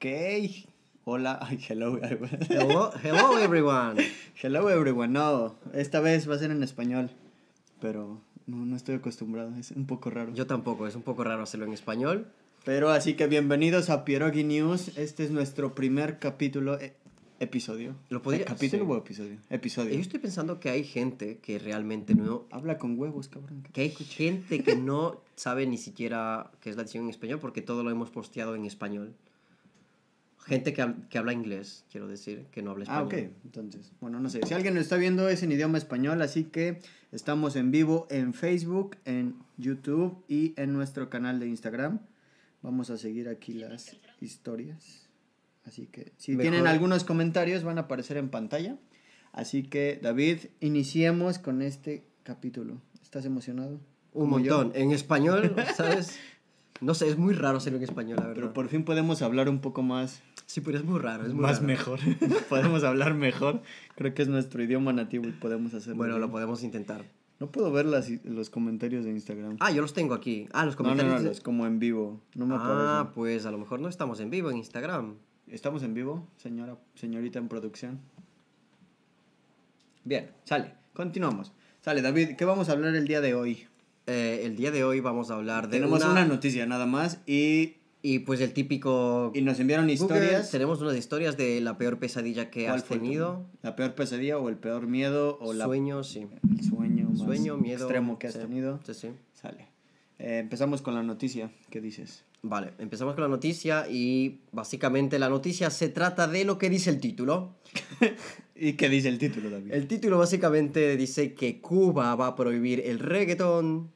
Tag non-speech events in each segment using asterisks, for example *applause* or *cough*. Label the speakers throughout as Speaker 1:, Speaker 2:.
Speaker 1: Hey, hola, *laughs* ay, hello.
Speaker 2: Hello, hello everyone.
Speaker 1: Hello everyone. No, esta vez va a ser en español, pero no, no estoy acostumbrado, es un poco raro.
Speaker 2: Yo tampoco, es un poco raro hacerlo en español.
Speaker 1: Pero así que bienvenidos a Pierogi News. Este es nuestro primer capítulo, e- episodio.
Speaker 2: Lo podría-
Speaker 1: ¿Capítulo
Speaker 2: sí.
Speaker 1: o episodio?
Speaker 2: Yo
Speaker 1: Episodio.
Speaker 2: estoy pensando que hay gente que realmente no...
Speaker 1: Habla con huevos, cabrón.
Speaker 2: Que hay gente que no sabe ni siquiera qué es la edición en español porque todo lo hemos posteado en español. Gente que, hab- que habla inglés, quiero decir, que no habla
Speaker 1: Ah,
Speaker 2: español.
Speaker 1: ok. Entonces, bueno, no sé. Si alguien lo está viendo es en idioma español, así que estamos en vivo en Facebook, en YouTube y en nuestro canal de Instagram. Vamos a seguir aquí las historias. Así que si
Speaker 2: Mejor.
Speaker 1: tienen algunos comentarios van a aparecer en pantalla. Así que, David, iniciemos con este capítulo. ¿Estás emocionado?
Speaker 2: Un
Speaker 1: Como yo.
Speaker 2: montón.
Speaker 1: *laughs*
Speaker 2: En español, ¿sabes? No sé, es muy raro hacerlo en español, la verdad.
Speaker 1: Pero por fin podemos hablar un poco más
Speaker 2: Sí, pero es muy raro. Es muy
Speaker 1: más
Speaker 2: raro.
Speaker 1: mejor. *laughs* podemos hablar mejor. Creo que es nuestro idioma nativo y podemos hacerlo.
Speaker 2: Bueno,
Speaker 1: bien.
Speaker 2: lo podemos intentar.
Speaker 1: No puedo ver las, los comentarios de Instagram.
Speaker 2: Ah, yo los tengo aquí. Ah, los
Speaker 1: no, no,
Speaker 2: comentarios.
Speaker 1: no,
Speaker 2: de-
Speaker 1: los como en vivo. No me
Speaker 2: ah,
Speaker 1: aparecen.
Speaker 2: pues a lo mejor no estamos en vivo en Instagram.
Speaker 1: ¿Estamos en vivo, señora, señorita en producción? Bien, sale. Continuamos. Sale, David, ¿qué vamos a hablar el día de hoy?
Speaker 2: Eh, el día de hoy vamos a hablar de
Speaker 1: Tenemos
Speaker 2: una,
Speaker 1: una... noticia nada más y,
Speaker 2: y pues el típico
Speaker 1: y nos enviaron
Speaker 2: Google,
Speaker 1: historias.
Speaker 2: Tenemos una de historias de la peor pesadilla que
Speaker 1: ¿Cuál
Speaker 2: has
Speaker 1: fue tu-
Speaker 2: tenido,
Speaker 1: ¿La peor pesadilla o el peor miedo o la,
Speaker 2: sueño, sí,
Speaker 1: el sueño eh, más
Speaker 2: sueño, miedo,
Speaker 1: extremo que has
Speaker 2: sí,
Speaker 1: tenido?
Speaker 2: Sí, sí.
Speaker 1: Sale. Eh, empezamos con la noticia. ¿Qué
Speaker 2: *laughs*
Speaker 1: dices?
Speaker 2: Vale, empezamos con la noticia y básicamente la noticia se trata de lo que dice el título.
Speaker 1: ¿Y qué dice el título, David?
Speaker 2: El título básicamente dice que Cuba va a prohibir el reggaetón.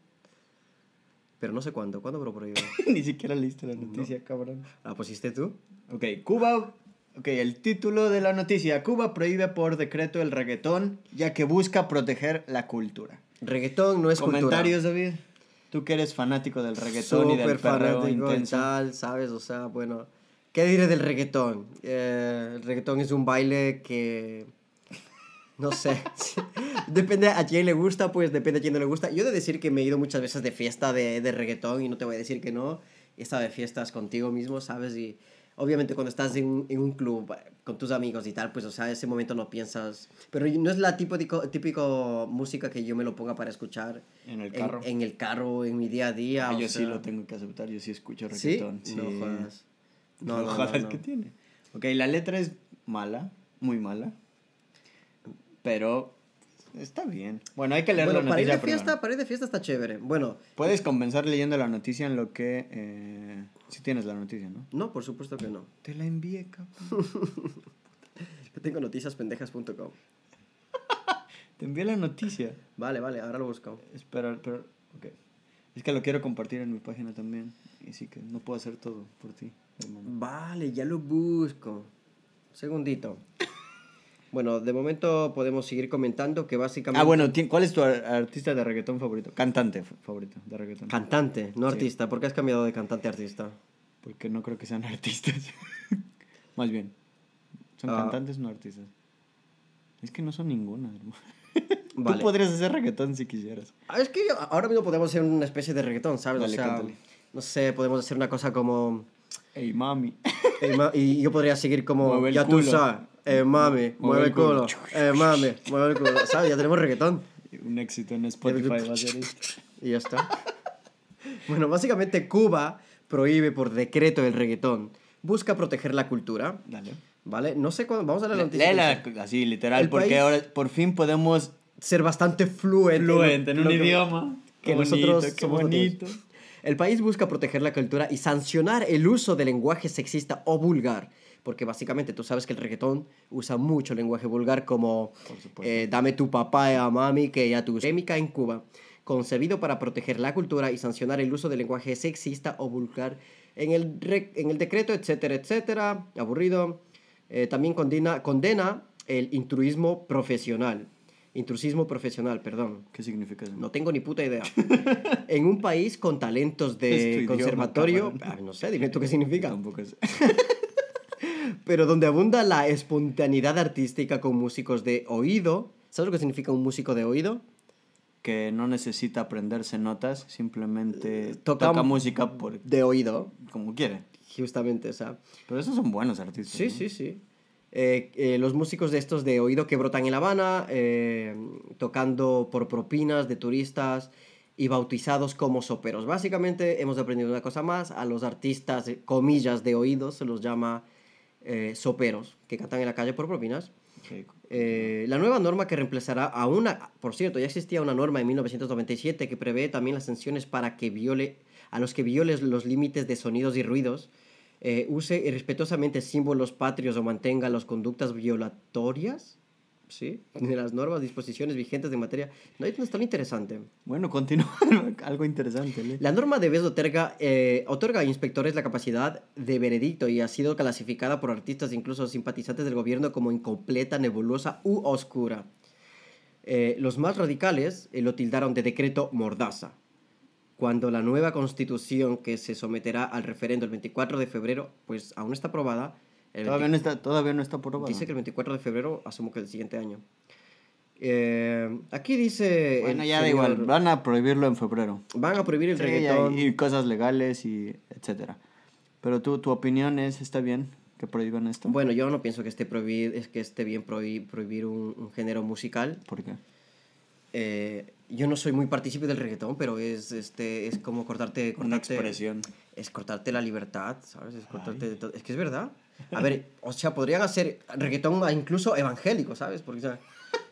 Speaker 2: Pero no sé cuándo, ¿cuándo lo prohíbe?
Speaker 1: *laughs* Ni siquiera leíste la noticia, cabrón.
Speaker 2: ¿La pusiste Ah, pues, tú?
Speaker 1: Ok, Cuba. Ok, el título de la noticia. Cuba prohíbe por decreto el reggaetón, ya que busca proteger la cultura.
Speaker 2: Reggaetón no es
Speaker 1: Comentarios, David. Tú que eres fanático del
Speaker 2: cultura.
Speaker 1: reggaetón y del
Speaker 2: Súper
Speaker 1: perreo
Speaker 2: fanático y
Speaker 1: intenso.
Speaker 2: tal, ¿sabes? O sea, bueno, ¿qué diré del reggaetón? Eh, el reggaetón es un baile que... No sé. *laughs* depende a quién le gusta, pues depende a quién no le gusta. Yo he de decir que me he ido muchas veces de fiesta de, de reggaetón y no te voy a decir que no. He estado de fiestas contigo mismo, ¿sabes? Y obviamente cuando estás en, en un club eh, con tus amigos y tal, pues, o sea, ese momento no piensas. Pero no es la tipo, tico- típico música que yo me lo ponga para escuchar.
Speaker 1: En el carro.
Speaker 2: En, el carro, en mi día a día.
Speaker 1: Ah,
Speaker 2: o
Speaker 1: yo sí
Speaker 2: sea.
Speaker 1: lo tengo que aceptar, yo sí escucho
Speaker 2: ¿Sí?
Speaker 1: reggaetón. Sí.
Speaker 2: No jodas.
Speaker 1: No,
Speaker 2: No, no, no,
Speaker 1: jodas
Speaker 2: no.
Speaker 1: que tiene. Ok, la letra es mala, muy mala. Pero está bien. Bueno, hay que leer
Speaker 2: Bueno,
Speaker 1: la
Speaker 2: para ir,
Speaker 1: noticia
Speaker 2: de
Speaker 1: primero.
Speaker 2: fiesta, para ir de fiesta está chévere. Bueno,
Speaker 1: Puedes comenzar leyendo la noticia en lo que. si tienes la noticia, ¿no?
Speaker 2: no, por supuesto que no.
Speaker 1: Te la envié, cabrón.
Speaker 2: Yo tengo noticiaspendejas.com.
Speaker 1: Te envié la noticia.
Speaker 2: Vale, vale, ahora lo busco.
Speaker 1: Espera, pero. Ok. Es que lo quiero compartir en mi página también. Así que no puedo hacer todo por ti, hermano.
Speaker 2: Vale, ya lo busco. Segundito. Bueno, de momento podemos seguir comentando que básicamente...
Speaker 1: Ah, bueno, ti- ¿cuál es tu ar- artista de reggaetón favorito? Cantante f- favorito de reggaetón.
Speaker 2: Cantante, no
Speaker 1: Sí.
Speaker 2: artista. ¿Por qué has cambiado de cantante a artista?
Speaker 1: Porque no creo que sean *laughs* artistas. Más bien. Son
Speaker 2: Ah.
Speaker 1: cantantes, no artistas. Es que no son ninguna, hermano. *laughs*
Speaker 2: Vale.
Speaker 1: Tú podrías hacer reggaetón si quisieras.
Speaker 2: Ah, Es que yo- ahora mismo podemos hacer una especie de reggaetón, ¿sabes?
Speaker 1: Dale,
Speaker 2: o sea,
Speaker 1: cántale.
Speaker 2: no sé, podemos hacer una cosa como...
Speaker 1: Ey, mami.
Speaker 2: Eh, ma- y yo podría seguir como...
Speaker 1: Mueve el
Speaker 2: ya tú
Speaker 1: culo.
Speaker 2: sabes. Eh, mami, mueve, el culo. Eh, mami, mueve el culo. ¿Sabes? Ya tenemos reggaetón.
Speaker 1: Un éxito en Spotify va a ser esto.
Speaker 2: Y ya está. bueno, básicamente Cuba prohíbe por decreto el reggaetón. Busca proteger la cultura,
Speaker 1: Dale.
Speaker 2: ¿vale? No sé cuándo... Vamos a la noticia.
Speaker 1: Léela así, literal,
Speaker 2: El
Speaker 1: porque
Speaker 2: país-
Speaker 1: ahora por fin podemos
Speaker 2: Ser bastante fluente.
Speaker 1: fluente en
Speaker 2: lo-
Speaker 1: un
Speaker 2: lo que-
Speaker 1: idioma.
Speaker 2: Que
Speaker 1: Qué bonito,
Speaker 2: nosotros
Speaker 1: qué
Speaker 2: somos
Speaker 1: bonito.
Speaker 2: latinos. El país busca proteger la cultura y sancionar el uso de lenguaje sexista o vulgar. Porque básicamente tú sabes que el reggaetón usa mucho lenguaje vulgar como
Speaker 1: Por supuesto.
Speaker 2: eh, dame tu papá y a mami que ya tu polémica en Cuba. Concebido para proteger la cultura y sancionar el uso de lenguaje sexista o vulgar en el, re- en el decreto, etcétera, etcétera. Aburrido. Eh, también condena, condena el intruismo profesional. Intrusismo profesional, perdón.
Speaker 1: ¿Qué significa eso?
Speaker 2: No tengo ni puta idea. En un país con talentos
Speaker 1: Es tu
Speaker 2: de
Speaker 1: idioma,
Speaker 2: conservatorio,
Speaker 1: cabrón.
Speaker 2: ah, no sé, dime tú qué significa,
Speaker 1: Tampoco es.
Speaker 2: pero donde abunda la espontaneidad artística con músicos de oído. ¿Sabes lo que significa un músico de oído?
Speaker 1: Que no necesita aprenderse notas, simplemente
Speaker 2: Eh, Toca-
Speaker 1: toca, música por,
Speaker 2: De oído.
Speaker 1: como quiere.
Speaker 2: justamente, o sea.
Speaker 1: Pero esos son buenos artistas.
Speaker 2: Sí,
Speaker 1: ¿no?
Speaker 2: sí, sí. Eh, eh, los músicos de estos de oído que brotan en La Habana, eh, tocando por propinas de turistas y bautizados como soperos. Básicamente hemos aprendido una cosa más, a los artistas, eh, comillas, de oído se los llama eh, soperos, que cantan en la calle por propinas.
Speaker 1: Ok.
Speaker 2: Eh, la nueva norma que reemplazará a una, por cierto, ya existía una norma en 1997 que prevé también las sanciones para que viole, a los que violen los límites de sonidos y ruidos, eh, use irrespetuosamente símbolos patrios o mantenga las conductas violatorias, ¿sí? *laughs* De las normas, disposiciones vigentes de materia. No, ahí está lo interesante.
Speaker 1: Bueno, continúa. *laughs* Algo interesante. ¿eh?
Speaker 2: La norma de vez otorga, eh, otorga a inspectores la capacidad de veredicto y ha sido clasificada por artistas, incluso simpatizantes del gobierno, como incompleta, nebulosa u oscura. Eh, los más radicales eh, lo tildaron de decreto mordaza. Cuando la nueva constitución que se someterá al referendo el 24 de febrero, pues aún está aprobada. el
Speaker 1: Todavía no está, todavía no está aprobado.
Speaker 2: Dice que el 24 de febrero, asumo que el siguiente año. Eh, aquí dice.
Speaker 1: Bueno,
Speaker 2: el
Speaker 1: ya da
Speaker 2: señor-
Speaker 1: igual. Van a prohibirlo en febrero.
Speaker 2: Van a prohibir el
Speaker 1: Sí,
Speaker 2: reggaetón.
Speaker 1: y, y cosas legales y etcétera. Pero tú, tu opinión es, ¿está bien que prohíban esto?
Speaker 2: Bueno, yo no pienso que esté, prohibi- es que esté bien prohi- prohibir un, un género musical.
Speaker 1: ¿Por qué?
Speaker 2: Eh, yo no soy muy partícipe del reggaetón, pero es, este, es como cortarte, cortarte... Es cortarte la libertad, ¿sabes? Es cortarte de todo. Es que es verdad. A ver, o sea, podrían hacer reggaetón a- incluso evangélico, ¿sabes? Porque, o sea,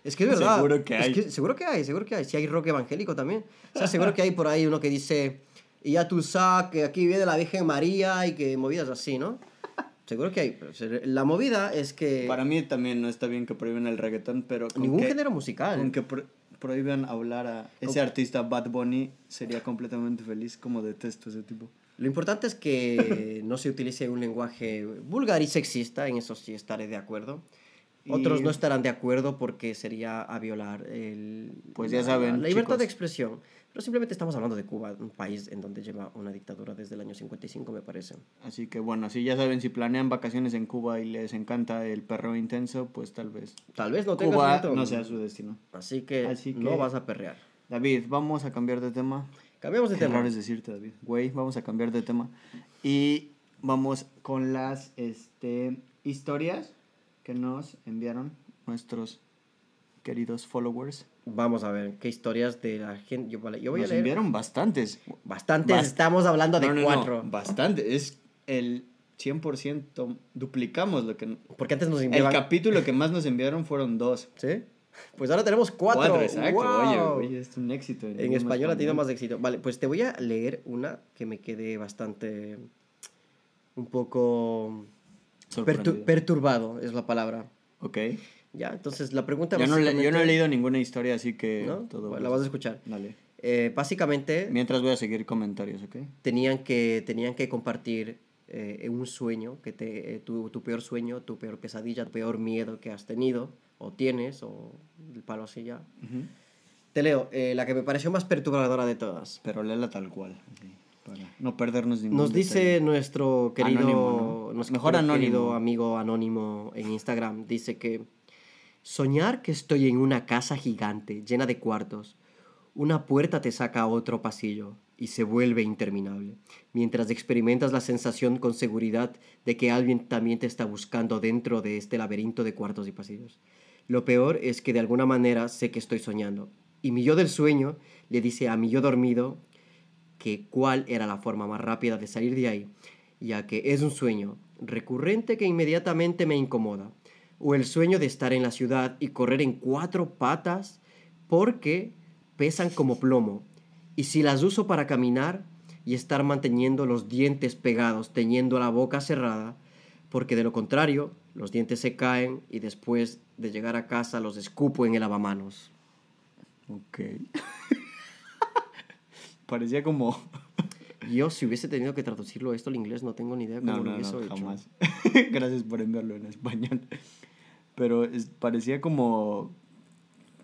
Speaker 2: es que es verdad.
Speaker 1: Seguro que
Speaker 2: Es
Speaker 1: hay.
Speaker 2: seguro que hay, seguro que hay. Si hay rock evangélico también. O sea, seguro que hay por ahí uno que dice, y ya tú sabes que aquí viene la Virgen María y que movidas así, ¿no? Seguro que hay. pero se- la movida es que...
Speaker 1: Para mí también no está bien que prohíban el reggaetón, pero con
Speaker 2: eh, Ningún
Speaker 1: que,
Speaker 2: género musical.
Speaker 1: con que pro- prohíban hablar a ese artista Bad Bunny, sería completamente feliz, como detesto a ese tipo.
Speaker 2: Lo importante
Speaker 1: *laughs*
Speaker 2: es que no se utilice un lenguaje vulgar y sexista, en eso sí estaré de acuerdo. Otros
Speaker 1: Y-
Speaker 2: no estarán de acuerdo porque sería a violar el,
Speaker 1: Pues ya
Speaker 2: la-
Speaker 1: saben,
Speaker 2: la libertad
Speaker 1: chicos.
Speaker 2: de expresión. Pero simplemente estamos hablando de Cuba, un país en donde lleva una dictadura desde el año 55, me parece.
Speaker 1: Así que bueno, si ya saben, si planean vacaciones en Cuba y les encanta el perro intenso, pues tal vez
Speaker 2: Tal vez no tengas
Speaker 1: Cuba
Speaker 2: un reto.
Speaker 1: no sea su destino.
Speaker 2: Así, que
Speaker 1: Así que-
Speaker 2: no vas a perrear.
Speaker 1: David, vamos a cambiar de tema.
Speaker 2: Cambiamos de
Speaker 1: Qué
Speaker 2: tema.
Speaker 1: raro es decirte, David. Güey, vamos a cambiar de tema. Y vamos con las este, historias que nos enviaron nuestros queridos followers.
Speaker 2: Vamos a ver qué historias de la gente... Yo, vale, yo voy
Speaker 1: nos
Speaker 2: a leer
Speaker 1: enviaron bastantes.
Speaker 2: bastantes,
Speaker 1: Bast-
Speaker 2: estamos hablando de
Speaker 1: No, no, no,
Speaker 2: cuatro.
Speaker 1: bastante. Es el 100%. Duplicamos lo que...
Speaker 2: Porque antes nos
Speaker 1: El
Speaker 2: enviaban...
Speaker 1: capítulo que más nos enviaron fueron dos.
Speaker 2: ¿Sí? Pues ahora tenemos cuatro.
Speaker 1: exacto. Oye,
Speaker 2: ¡Guau!
Speaker 1: oye, es un éxito.
Speaker 2: En español ha tenido más éxito. Vale, pues te voy a leer una que me quedé bastante. un poco. pertu-
Speaker 1: Sorprendido.
Speaker 2: perturbado es la palabra.
Speaker 1: Ok.
Speaker 2: Ya, entonces la pregunta.
Speaker 1: Yo no, le- yo no he
Speaker 2: básicamente-
Speaker 1: leído ninguna historia, así que...
Speaker 2: ¿no?
Speaker 1: todo pues.
Speaker 2: Bueno,
Speaker 1: bien.
Speaker 2: la vas a escuchar.
Speaker 1: Dale.
Speaker 2: Eh, básicamente
Speaker 1: Mientras voy a seguir comentarios, ¿ok?
Speaker 2: tenían que, tenían que compartir eh, un sueño, que te, eh, tu, tu peor sueño, tu peor pesadilla, tu peor miedo que has tenido, o tienes, o el palo así ya. Te leo, eh, la que me pareció más perturbadora de todas.
Speaker 1: Pero léela tal cual. así, para no perdernos ningún
Speaker 2: Nos dice
Speaker 1: detalle.
Speaker 2: nuestro querido,
Speaker 1: Anónimo, ¿no?
Speaker 2: nuestro
Speaker 1: Mejor anónimo.
Speaker 2: querido amigo anónimo en Instagram, dice que soñar que estoy en una casa gigante llena de cuartos, una puerta te saca a otro pasillo y se vuelve interminable, mientras experimentas la sensación con seguridad de que alguien también te está buscando dentro de este laberinto de cuartos y pasillos. Lo peor es que de alguna manera sé que estoy soñando. Y mi yo del sueño le dice a mi yo dormido que cuál era la forma más rápida de salir de ahí, ya que es un sueño recurrente que inmediatamente me incomoda, o el sueño de estar en la ciudad y correr en cuatro patas porque pesan como plomo, y si las uso para caminar y estar manteniendo los dientes pegados, teniendo la boca cerrada, porque de lo contrario, los dientes se caen y después de llegar a casa los escupo en el lavamanos.
Speaker 1: Ok. *laughs* Parecía como...
Speaker 2: Yo, si hubiese tenido que traducirlo esto al inglés, no tengo ni idea cómo
Speaker 1: No,
Speaker 2: lo
Speaker 1: no,
Speaker 2: hubiese
Speaker 1: no,
Speaker 2: hecho.
Speaker 1: jamás. *laughs* Gracias por enviarlo en español. Pero es- parecía como...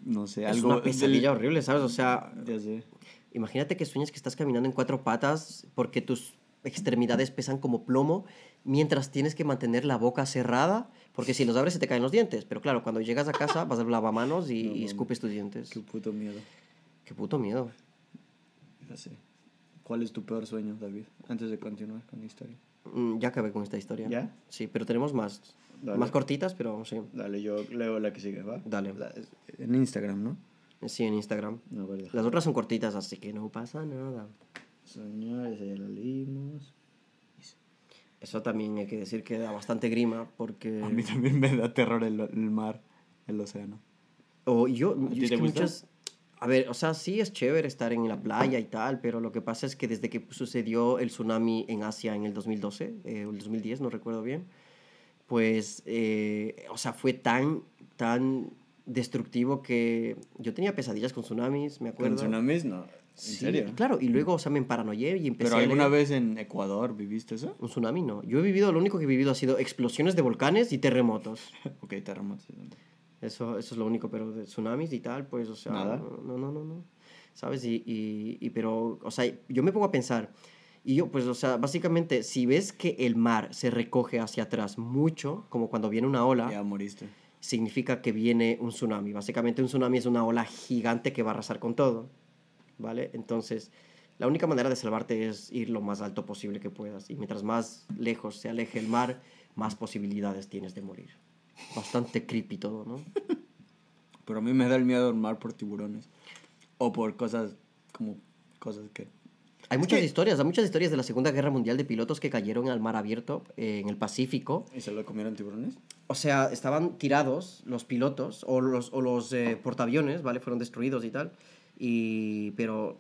Speaker 1: No sé,
Speaker 2: Es
Speaker 1: algo...
Speaker 2: una pesadilla horrible, ¿sabes? O sea,
Speaker 1: del- ya sé.
Speaker 2: imagínate que sueñas que estás caminando en cuatro patas porque tus extremidades pesan como plomo mientras tienes que mantener la boca cerrada porque si los abres se te caen los dientes. Pero claro, cuando llegas a casa vas a lavamanos y, y escupes tus dientes.
Speaker 1: Qué puto miedo.
Speaker 2: Qué puto miedo.
Speaker 1: Ya sé. ¿Cuál es tu peor sueño, David? Antes de continuar con la historia.
Speaker 2: Mm, Ya acabé con esta historia.
Speaker 3: ¿Ya?
Speaker 2: Sí, pero tenemos más.
Speaker 3: Dale.
Speaker 2: Más cortitas, pero sí.
Speaker 3: Dale, yo leo la que sigue, ¿va?
Speaker 2: Dale.
Speaker 3: La- en Instagram, ¿no?
Speaker 2: Sí, en Instagram.
Speaker 3: No, verdad.
Speaker 2: Las otras son cortitas, así que no pasa nada.
Speaker 3: Señores, ya la leímos.
Speaker 2: Eso también hay que decir que da bastante grima porque...
Speaker 1: A mí también me da terror el, el mar, el océano.
Speaker 2: O yo,
Speaker 1: ti
Speaker 2: es
Speaker 1: te
Speaker 2: que
Speaker 1: gusta?
Speaker 2: muchas- A ver, o sea, sí es chévere estar en la playa y tal, pero lo que pasa es que desde que sucedió el tsunami en Asia en el 2012, eh, o el 2010, no recuerdo bien, pues, eh, o sea, fue tan, tan destructivo que yo tenía pesadillas con tsunamis, me acuerdo.
Speaker 3: ¿Con tsunamis? No. ¿En
Speaker 2: Sí,
Speaker 3: serio?
Speaker 2: Claro, y luego, o sea, me emparanoié y empecé
Speaker 1: ¿Pero
Speaker 2: a
Speaker 1: alguna
Speaker 2: leer-
Speaker 1: vez en Ecuador viviste eso?
Speaker 2: Un tsunami no. Yo he vivido, lo único que he vivido ha sido explosiones de volcanes y terremotos.
Speaker 1: *laughs* ok, terremotos.
Speaker 2: Eso, eso es lo único, pero de tsunamis y tal, pues, o sea,
Speaker 1: Nada.
Speaker 2: no, no, no, no, ¿sabes? Y, y, y pero, o sea, yo me pongo a pensar, y yo, pues, o sea, básicamente, si ves que el mar se recoge hacia atrás mucho, como cuando viene una ola,
Speaker 1: Ya moriste.
Speaker 2: significa que viene un tsunami. Básicamente, un tsunami es una ola gigante que va a arrasar con todo, ¿vale? Entonces, la única manera de salvarte es ir lo más alto posible que puedas, y mientras más lejos se aleje el mar, más posibilidades tienes de morir. Bastante creepy todo, ¿no?
Speaker 1: Pero a mí me da el miedo el mar por tiburones. O por cosas como cosas que...
Speaker 2: Hay muchas historias, hay muchas historias de la Segunda Guerra Mundial de pilotos que cayeron al mar abierto eh, en el Pacífico.
Speaker 1: ¿Y se lo comieron tiburones?
Speaker 2: O sea, estaban tirados los pilotos o los, o los eh, portaaviones, ¿vale? Fueron destruidos y tal. Y, pero,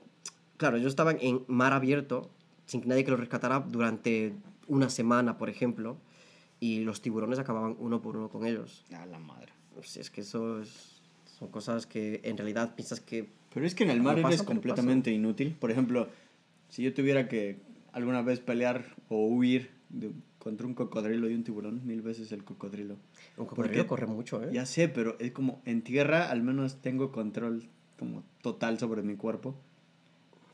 Speaker 2: claro, ellos estaban en mar abierto, sin que nadie que los rescatara durante una semana, por ejemplo. Y los tiburones acababan uno por uno con ellos.
Speaker 3: A la madre.
Speaker 2: Si es que eso es- son cosas que en realidad piensas que...
Speaker 1: Pero es que en el
Speaker 2: Pero
Speaker 1: mar
Speaker 2: pasa,
Speaker 1: eres
Speaker 2: pero
Speaker 1: completamente inútil. Por ejemplo, si yo tuviera que alguna vez pelear o huir de- contra un cocodrilo y un tiburón, mil veces el cocodrilo.
Speaker 2: Un
Speaker 1: Porque-
Speaker 2: cocodrilo corre mucho, ¿eh?
Speaker 1: Ya sé, pero es como en tierra al menos tengo control como total sobre mi cuerpo.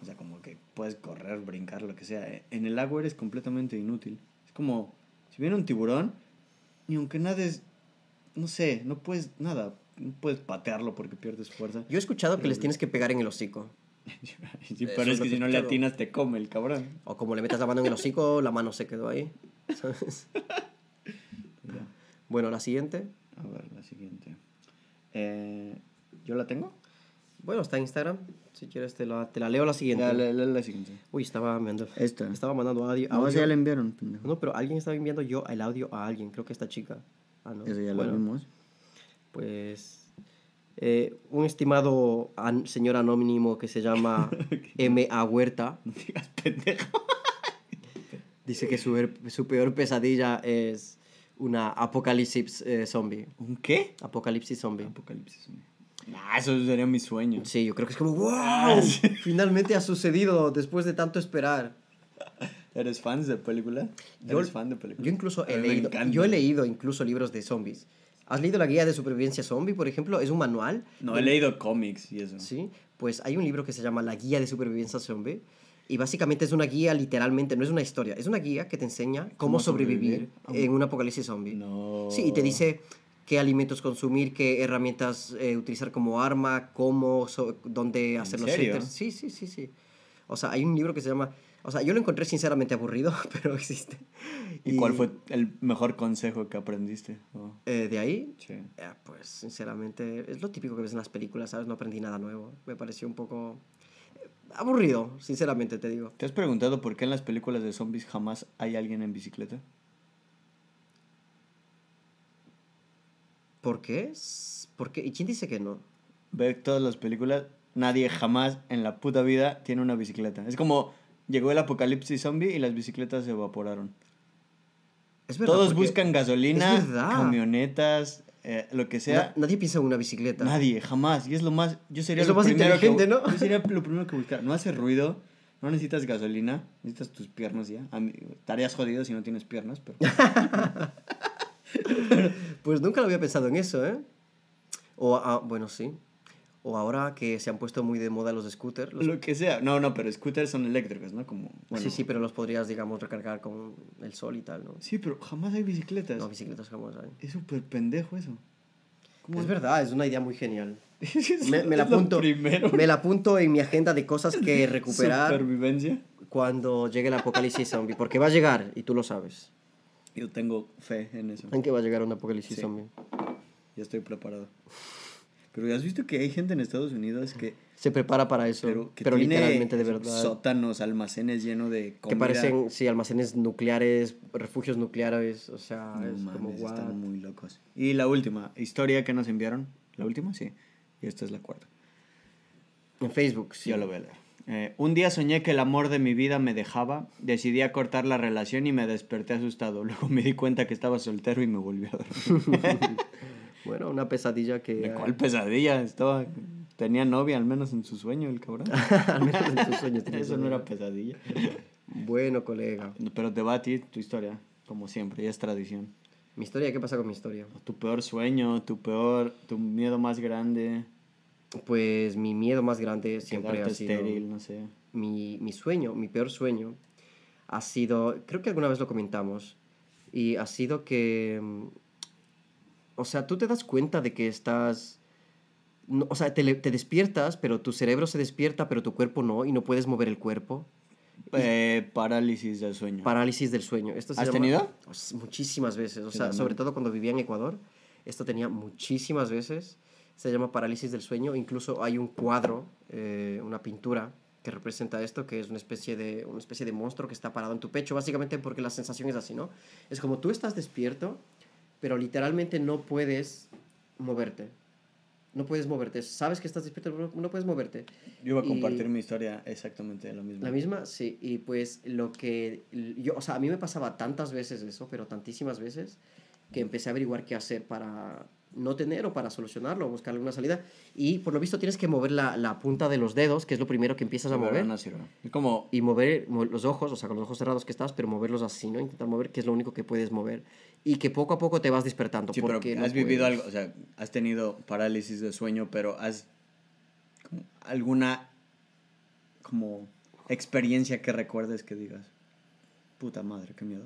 Speaker 1: O sea, como que puedes correr, brincar, lo que sea. E- En el agua eres completamente inútil. Es como, si viene un tiburón, y aunque nades, no sé, no puedes nada. No puedes patearlo porque pierdes fuerza. *laughs*
Speaker 2: Yo he escuchado que les tienes que pegar en el hocico.
Speaker 1: Sí,
Speaker 2: Eso
Speaker 1: pero es
Speaker 2: es lo
Speaker 1: que
Speaker 2: que
Speaker 1: si no le
Speaker 2: escuchaba.
Speaker 1: atinas te come el cabrón.
Speaker 2: O como le metas la mano en el hocico, la mano se quedó ahí. ¿sabes? Bueno, la siguiente.
Speaker 1: A ver, la siguiente. Eh, ¿Yo la tengo?
Speaker 2: Bueno, está en Instagram. Si quieres, te la, te la leo la siguiente.
Speaker 1: Ya, le- le- la siguiente.
Speaker 2: Uy, estaba mandando.
Speaker 3: Esta.
Speaker 2: Estaba mandando audio.
Speaker 3: A vos
Speaker 2: audio.
Speaker 3: Eh, ya la enviaron, pendejo.
Speaker 2: No, pero alguien estaba enviando yo el audio a alguien. Creo que esta chica. Ah, no.
Speaker 3: Eso ya
Speaker 2: Bueno,
Speaker 3: lo vimos.
Speaker 2: Pues. eh, un estimado an- señor anónimo que se
Speaker 3: *laughs*
Speaker 2: llama M.A. Huerta.
Speaker 1: *laughs* No digas pendejo.
Speaker 2: Dice que su, er- su peor pesadilla es una apocalipsis eh, zombie.
Speaker 1: ¿Un qué?
Speaker 2: Apocalipsis zombie.
Speaker 1: Apocalipsis. Nah, eso sería mi sueño.
Speaker 2: Sí, yo creo que
Speaker 1: *laughs*
Speaker 2: es como,
Speaker 1: Ah,
Speaker 2: wow, finalmente ha sucedido después de tanto esperar.
Speaker 1: ¿Eres fan de película?
Speaker 2: Yo,
Speaker 1: ¿Eres fan de película?
Speaker 2: yo incluso
Speaker 1: A
Speaker 2: he
Speaker 1: mí me
Speaker 2: leído,
Speaker 1: encanta.
Speaker 2: yo he leído incluso libros de zombies. ¿Has leído la guía de supervivencia zombie, por ejemplo? Es un manual.
Speaker 1: No, eh. he leído cómics y eso.
Speaker 2: Sí, pues hay un libro que se llama La guía de supervivencia zombie y básicamente es una guía literalmente, no es una historia, es una guía que te enseña cómo,
Speaker 1: Cómo
Speaker 2: sobrevivir,
Speaker 1: sobrevivir a
Speaker 2: en un apocalipsis zombie.
Speaker 1: No.
Speaker 2: Sí, y te dice qué alimentos consumir, qué herramientas eh, utilizar como arma, cómo, so- dónde hacer los
Speaker 1: serio?
Speaker 2: shelters. Sí, sí, sí, sí. O sea, hay un libro que se llama... O sea, yo lo encontré sinceramente aburrido, *laughs* pero existe.
Speaker 1: ¿Y cuál fue el mejor consejo que aprendiste? Oh,
Speaker 2: eh, de ahí,
Speaker 1: sí.
Speaker 2: eh, pues sinceramente, es lo típico que ves en las películas, ¿sabes? No aprendí nada nuevo. Me pareció un poco eh, aburrido, sinceramente te digo.
Speaker 1: ¿Te has preguntado por qué en las películas de zombies jamás hay alguien en bicicleta?
Speaker 2: ¿Por qué? S- ¿Por qué? ¿Y quién dice que no?
Speaker 1: Ve todas las películas, nadie jamás en la puta vida tiene una bicicleta. Es como llegó el apocalipsis zombie y las bicicletas se evaporaron.
Speaker 2: Es verdad,
Speaker 1: Todos
Speaker 2: porque
Speaker 1: buscan gasolina,
Speaker 2: Es verdad.
Speaker 1: camionetas, eh, lo que sea.
Speaker 2: na- nadie piensa en una bicicleta.
Speaker 1: Nadie, jamás. Y es lo más. Yo sería
Speaker 2: Es lo más
Speaker 1: primero
Speaker 2: inteligente,
Speaker 1: que,
Speaker 2: ¿no?
Speaker 1: Yo sería lo primero que buscar. No hace ruido, no necesitas gasolina, necesitas tus piernas ya. A mí- estarías jodido si no tienes piernas, pero. *laughs*
Speaker 2: Pues nunca lo había pensado en eso, ¿eh? O, ah, bueno, sí. O ahora que se han puesto muy de moda los scooters. los-
Speaker 1: lo que sea. No, no, pero scooters son eléctricos, ¿no? Como. bueno,
Speaker 2: sí, sí, pero los podrías, digamos, recargar con el sol y tal, ¿no?
Speaker 1: Sí, pero jamás hay bicicletas.
Speaker 2: No, bicicletas jamás hay.
Speaker 1: Es súper pendejo eso. *laughs*
Speaker 2: Es verdad, es una idea muy genial. Me, me la
Speaker 1: Es lo
Speaker 2: apunto.
Speaker 1: primero.
Speaker 2: Me la apunto en mi agenda de cosas que recuperar
Speaker 1: Supervivencia.
Speaker 2: cuando llegue el apocalipsis zombie. Porque va a llegar, y tú lo sabes.
Speaker 1: Yo tengo fe en eso.
Speaker 2: En que va a llegar un apocalipsis
Speaker 1: Sí.
Speaker 2: zombie.
Speaker 1: Ya estoy preparado. Pero has visto que hay gente en Estados Unidos que,
Speaker 2: Se prepara para eso. Pero,
Speaker 1: pero, que tiene
Speaker 2: literalmente, de verdad.
Speaker 1: sótanos, almacenes llenos de comida.
Speaker 2: que parecen, sí, almacenes nucleares, refugios nucleares. O sea,
Speaker 1: No
Speaker 2: es como
Speaker 1: mames,
Speaker 2: what?
Speaker 1: están muy locos. Y la última, historia que nos enviaron. ¿La última? Sí. Y esta es la cuarta.
Speaker 2: En Facebook, sí.
Speaker 1: Yo lo voy a leer. Eh, un día soñé que el amor de mi vida me dejaba, decidí acortar la relación y me desperté asustado. *laughs* Luego me di cuenta que estaba soltero y me volví a
Speaker 2: *laughs*
Speaker 1: dormir.
Speaker 2: Bueno, una pesadilla que.
Speaker 1: ¿De cuál pesadilla? Estaba, tenía novia al menos en su sueño el
Speaker 2: *laughs*
Speaker 1: cabrón.
Speaker 2: *laughs* Al menos en tus
Speaker 1: *laughs*
Speaker 2: sueños tenías
Speaker 1: Eso no
Speaker 2: una.
Speaker 1: era pesadilla.
Speaker 2: *laughs* Bueno, colega.
Speaker 1: Pero te va a ti tu historia, como siempre, ya es tradición.
Speaker 2: Mi historia, ¿qué pasa con mi historia?
Speaker 1: Tu peor sueño, tu peor, tu miedo más grande,
Speaker 2: Pues mi miedo más grande siempre
Speaker 1: quedarte
Speaker 2: ha sido.
Speaker 1: estéril, no sé.
Speaker 2: mi, mi sueño, mi peor sueño, ha sido, creo que alguna vez lo comentamos, y ha sido que, mm, o sea, tú te das cuenta de que estás, no, o sea, te, le- te despiertas, pero tu cerebro se despierta, pero tu cuerpo no, y no puedes mover el cuerpo.
Speaker 1: Eh, parálisis del sueño.
Speaker 2: Parálisis del sueño. Esto se
Speaker 1: ¿Has
Speaker 2: llama-
Speaker 1: tenido?
Speaker 2: Pues, Muchísimas veces, o
Speaker 1: Yo
Speaker 2: sea,
Speaker 1: también.
Speaker 2: sobre todo cuando vivía en Ecuador, esto tenía muchísimas veces. Se llama parálisis del sueño, incluso hay un cuadro, eh, una pintura que representa esto, que es una especie, de, una especie de monstruo que está parado en tu pecho, básicamente porque la sensación es así, ¿no? Es como tú estás despierto, pero literalmente no puedes moverte. No puedes moverte. Sabes que estás despierto, pero no- no puedes moverte.
Speaker 1: Yo iba a
Speaker 2: Y-
Speaker 1: compartir mi historia exactamente la misma.
Speaker 2: La misma, sí. Y pues lo que yo, o sea, a mí me pasaba tantas veces eso, pero tantísimas veces, que empecé a averiguar qué hacer para no tener o para solucionarlo, buscar alguna salida. Y por lo visto tienes que mover la, la punta de los dedos, que es lo primero que empiezas a
Speaker 1: Pero
Speaker 2: mover.
Speaker 1: no sirve. Es como
Speaker 2: Y mover mo- los ojos, o sea, con los ojos cerrados que estás, pero moverlos así, ¿no? Intentar mover, que es lo único que puedes mover. Y que poco a poco te vas despertando.
Speaker 1: Sí, pero
Speaker 2: porque no
Speaker 1: has vivido
Speaker 2: puedes.
Speaker 1: algo, o sea, has tenido parálisis de sueño, pero has como alguna como experiencia que recuerdes que digas, puta madre, qué miedo.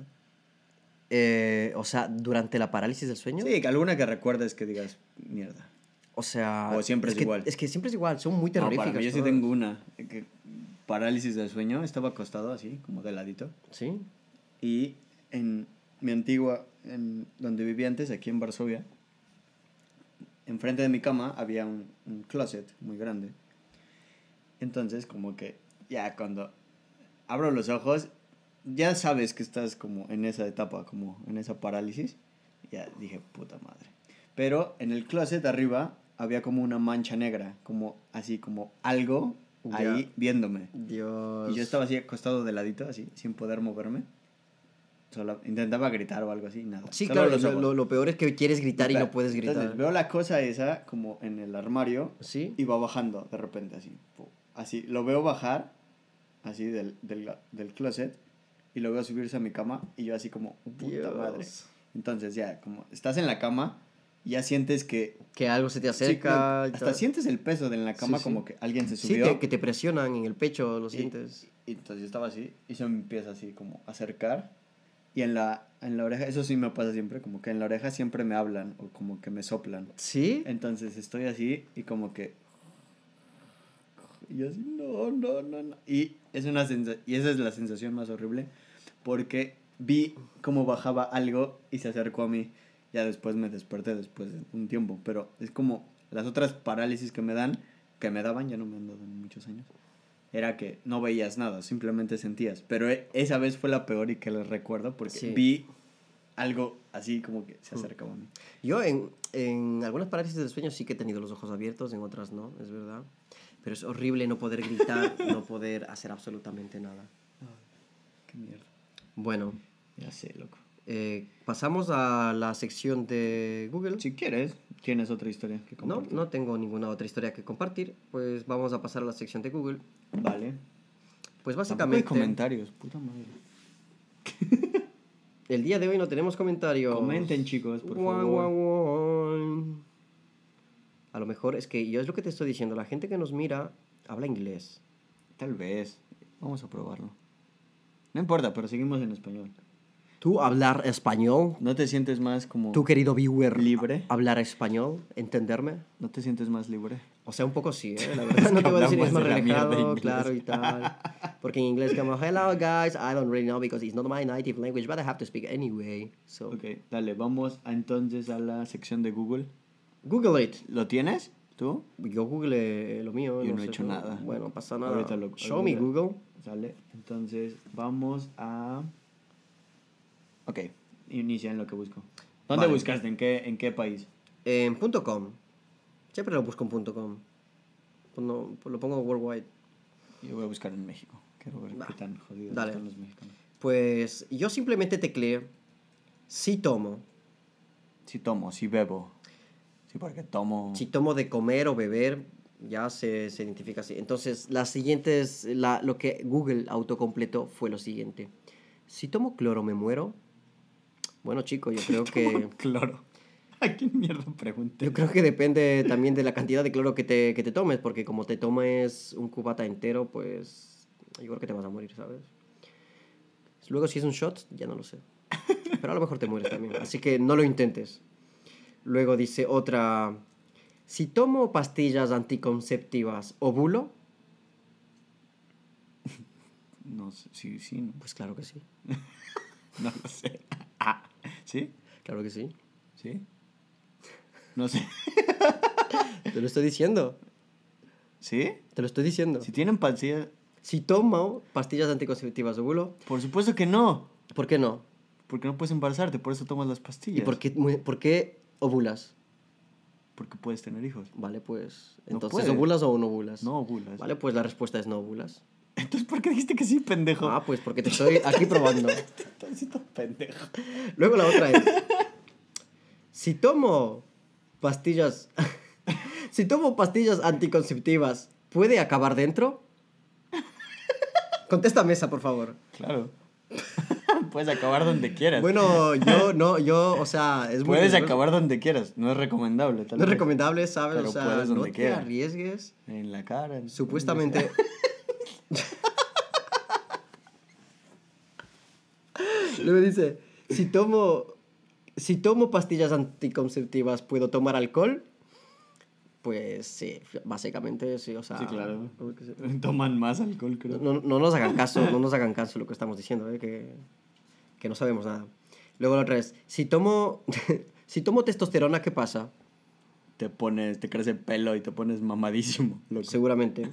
Speaker 2: Eh, o sea, durante la parálisis del sueño.
Speaker 1: Sí, alguna que recuerdes que digas, mierda.
Speaker 2: O sea.
Speaker 1: O siempre
Speaker 2: es
Speaker 1: es
Speaker 2: que-
Speaker 1: igual.
Speaker 2: Es que siempre es igual, son muy
Speaker 1: No,
Speaker 2: terroríficas.
Speaker 1: para mí yo sí
Speaker 2: todas.
Speaker 1: tengo una. eh, que- parálisis de sueño, estaba acostado así, como de ladito.
Speaker 2: Sí.
Speaker 1: Y en mi antigua, en donde vivía antes, aquí en Varsovia, enfrente de mi cama había un, un closet muy grande. Entonces, como que ya cuando abro los ojos, ya sabes que estás como en esa etapa, como en esa parálisis. Ya dije, puta madre. Pero en el closet arriba había como una mancha negra, como así, como algo
Speaker 2: Ya.
Speaker 1: ahí viéndome.
Speaker 2: Dios.
Speaker 1: Y yo estaba así acostado de ladito, así, sin poder moverme. Solo intentaba gritar o algo así, nada.
Speaker 2: Sí,
Speaker 1: Solo
Speaker 2: claro,
Speaker 1: los
Speaker 2: lo-
Speaker 1: ojos.
Speaker 2: lo, lo peor es que quieres gritar y no
Speaker 1: Espera.
Speaker 2: puedes gritar.
Speaker 1: Entonces veo la cosa esa como en el armario
Speaker 2: ¿Sí?
Speaker 1: y va bajando de repente así. pu- Así, lo veo bajar, así del, del, del closet, y lo veo subirse a mi cama y yo así como, puta
Speaker 2: Dios.
Speaker 1: madre. Entonces ya, como estás en la cama, ya sientes que...
Speaker 2: Que algo se te
Speaker 1: sí,
Speaker 2: acerca. y
Speaker 1: hasta
Speaker 2: tal.
Speaker 1: sientes el peso de en la cama
Speaker 2: Sí, sí.
Speaker 1: como que alguien se
Speaker 2: Sí,
Speaker 1: subió.
Speaker 2: que, que te presionan en el pecho, lo
Speaker 1: Y-
Speaker 2: sientes.
Speaker 1: Y, entonces yo estaba así y se me empieza así como a acercar. Y en la, en la oreja, eso sí me pasa siempre, como que en la oreja siempre me hablan o como que me soplan.
Speaker 2: ¿Sí?
Speaker 1: Entonces estoy así y como que... Y yo así, no, no, no, no. Y, es una sensa- y esa es la sensación más horrible porque vi cómo bajaba algo y se acercó a mí. Ya después me desperté después de un tiempo, pero es como las otras parálisis que me dan, que me daban, ya no me han dado en muchos años. Era que no veías nada, simplemente sentías. Pero e- esa vez fue la peor y que les recuerdo porque
Speaker 2: Sí.
Speaker 1: vi algo así como que se acercaba a mí.
Speaker 2: Yo en, en algunas parálisis del sueño sí que he tenido los ojos abiertos, en otras no, es verdad. Pero es horrible no poder
Speaker 1: *laughs*
Speaker 2: gritar, no poder hacer absolutamente nada.
Speaker 1: Qué mierda.
Speaker 2: Bueno,
Speaker 1: Ya sé, loco.
Speaker 2: eh, pasamos a la sección de Google.
Speaker 1: Si quieres, tienes otra historia que
Speaker 2: no,
Speaker 1: compartir.
Speaker 2: no tengo ninguna otra historia que compartir, pues vamos a pasar a la sección de Google.
Speaker 1: Vale. Tampoco hay
Speaker 2: Pues básicamente...
Speaker 1: comentarios, puta madre.
Speaker 2: El día de hoy no tenemos comentarios.
Speaker 1: Comenten, chicos, por
Speaker 2: Guau,
Speaker 1: favor.
Speaker 2: guau, guau. A lo mejor es que yo es lo que te estoy diciendo. La gente que nos mira habla inglés.
Speaker 1: Tal vez. Vamos a probarlo. No importa, pero seguimos en español.
Speaker 2: Tú hablar español,
Speaker 1: ¿No te sientes más como
Speaker 2: tú querido viewer,
Speaker 1: libre?
Speaker 2: hablar español, entenderme.
Speaker 1: ¿No te sientes más libre?
Speaker 2: O sea, un poco sí, ¿eh? *laughs* la verdad. No te voy a decir, es
Speaker 1: hablamos
Speaker 2: más
Speaker 1: de la mierda
Speaker 2: relajado,
Speaker 1: inglés.
Speaker 2: claro y tal. *laughs* Porque en inglés, como, hello guys, I don't really know because it's not my native language, but I have to speak anyway. So,
Speaker 1: Ok, dale, vamos a- entonces a la sección de Google.
Speaker 2: Google it.
Speaker 1: ¿Lo tienes? ¿Tú?
Speaker 2: Yo googleé lo mío.
Speaker 1: Yo no
Speaker 2: sé
Speaker 1: he hecho
Speaker 2: cómo-
Speaker 1: nada.
Speaker 2: Bueno, pasa nada.
Speaker 1: Ahorita lo-
Speaker 2: Show me
Speaker 1: ahorita-
Speaker 2: Google.
Speaker 1: Sale. Entonces, vamos a. Ok, inicia en lo que busco. ¿Dónde
Speaker 2: Vale.
Speaker 1: buscaste? ¿En qué, ¿En qué país?
Speaker 2: En Em, punto .com. Siempre lo busco en punto .com. Pongo- lo pongo worldwide.
Speaker 1: Yo voy a buscar en México. Quiero ver
Speaker 2: Va.
Speaker 1: qué tan jodidos
Speaker 2: Dale.
Speaker 1: están los mexicanos.
Speaker 2: Pues yo simplemente tecleé si tomo.
Speaker 1: Si tomo, si bebo. Sí, porque tomo.
Speaker 2: Si tomo de comer o beber, ya se, se identifica así. Entonces, las siguientes, la, lo que Google autocompletó fue lo siguiente. Si tomo cloro, ¿me muero? Bueno, chicos, yo creo que...
Speaker 1: *laughs* Cloro. *laughs* ¿A quién mierda pregunté?
Speaker 2: Yo creo que depende también de la cantidad de cloro que te, que te tomes, porque como te tomes un cubata entero, pues yo creo que te vas a morir, ¿sabes? Luego si es un shot, ya no lo sé. Pero a lo mejor te mueres también, así que no lo intentes. Luego dice otra, si tomo pastillas anticonceptivas, ¿ovulo?
Speaker 1: No sé, sí, sí, no,
Speaker 2: Pues claro que sí,
Speaker 1: no lo sé. *laughs* Ah, ¿Sí?
Speaker 2: claro que sí.
Speaker 1: ¿Sí? No sé. *laughs*
Speaker 2: Te lo estoy diciendo,
Speaker 1: ¿Sí?
Speaker 2: te lo estoy diciendo.
Speaker 1: Si tienen pastillas.
Speaker 2: Si tomo pastillas anticonceptivas, ¿ovulo?
Speaker 1: Por supuesto que no.
Speaker 2: ¿Por qué no?
Speaker 1: Porque no puedes embarazarte, por eso tomas las pastillas.
Speaker 2: ¿Y por qué, por qué ovulas?
Speaker 1: Porque puedes tener hijos.
Speaker 2: Vale, pues.
Speaker 1: No
Speaker 2: Entonces,
Speaker 1: puede.
Speaker 2: ¿ovulas o no ovulas?
Speaker 1: No ovulas.
Speaker 2: Vale, pues la respuesta es no ovulas.
Speaker 1: Entonces, ¿por qué dijiste que sí, pendejo? *laughs*
Speaker 2: Ah, pues porque te estoy aquí probando.
Speaker 1: Estás siendo pendejo.
Speaker 2: Luego la otra es. Si tomo pastillas. *laughs* si tomo pastillas anticonceptivas, ¿puede acabar dentro? Contesta mesa, por favor.
Speaker 1: Claro. *laughs* puedes acabar donde quieras.
Speaker 2: Bueno, yo no, yo, o sea, es muy
Speaker 1: puedes
Speaker 2: riesgoso.
Speaker 1: acabar donde quieras. No es recomendable. Tal
Speaker 2: No es
Speaker 1: vez.
Speaker 2: recomendable, ¿sabes?
Speaker 1: Pero
Speaker 2: o sea,
Speaker 1: puedes
Speaker 2: no
Speaker 1: donde
Speaker 2: te
Speaker 1: quieras.
Speaker 2: arriesgues.
Speaker 1: En la cara. en-
Speaker 2: Supuestamente.
Speaker 1: "Ah".
Speaker 2: *laughs* Luego dice, si tomo, si tomo pastillas anticonceptivas, ¿puedo tomar alcohol? Pues sí, básicamente sí, o sea...
Speaker 1: Sí, claro. *laughs* Toman más alcohol, creo.
Speaker 2: No, no nos hagan caso, no nos hagan caso lo que estamos diciendo, ¿eh? que, que no sabemos nada. Luego la otra es, si tomo, *laughs* si tomo testosterona, ¿qué pasa?
Speaker 1: Te pones, te crece pelo y te pones mamadísimo. loco.
Speaker 2: Seguramente.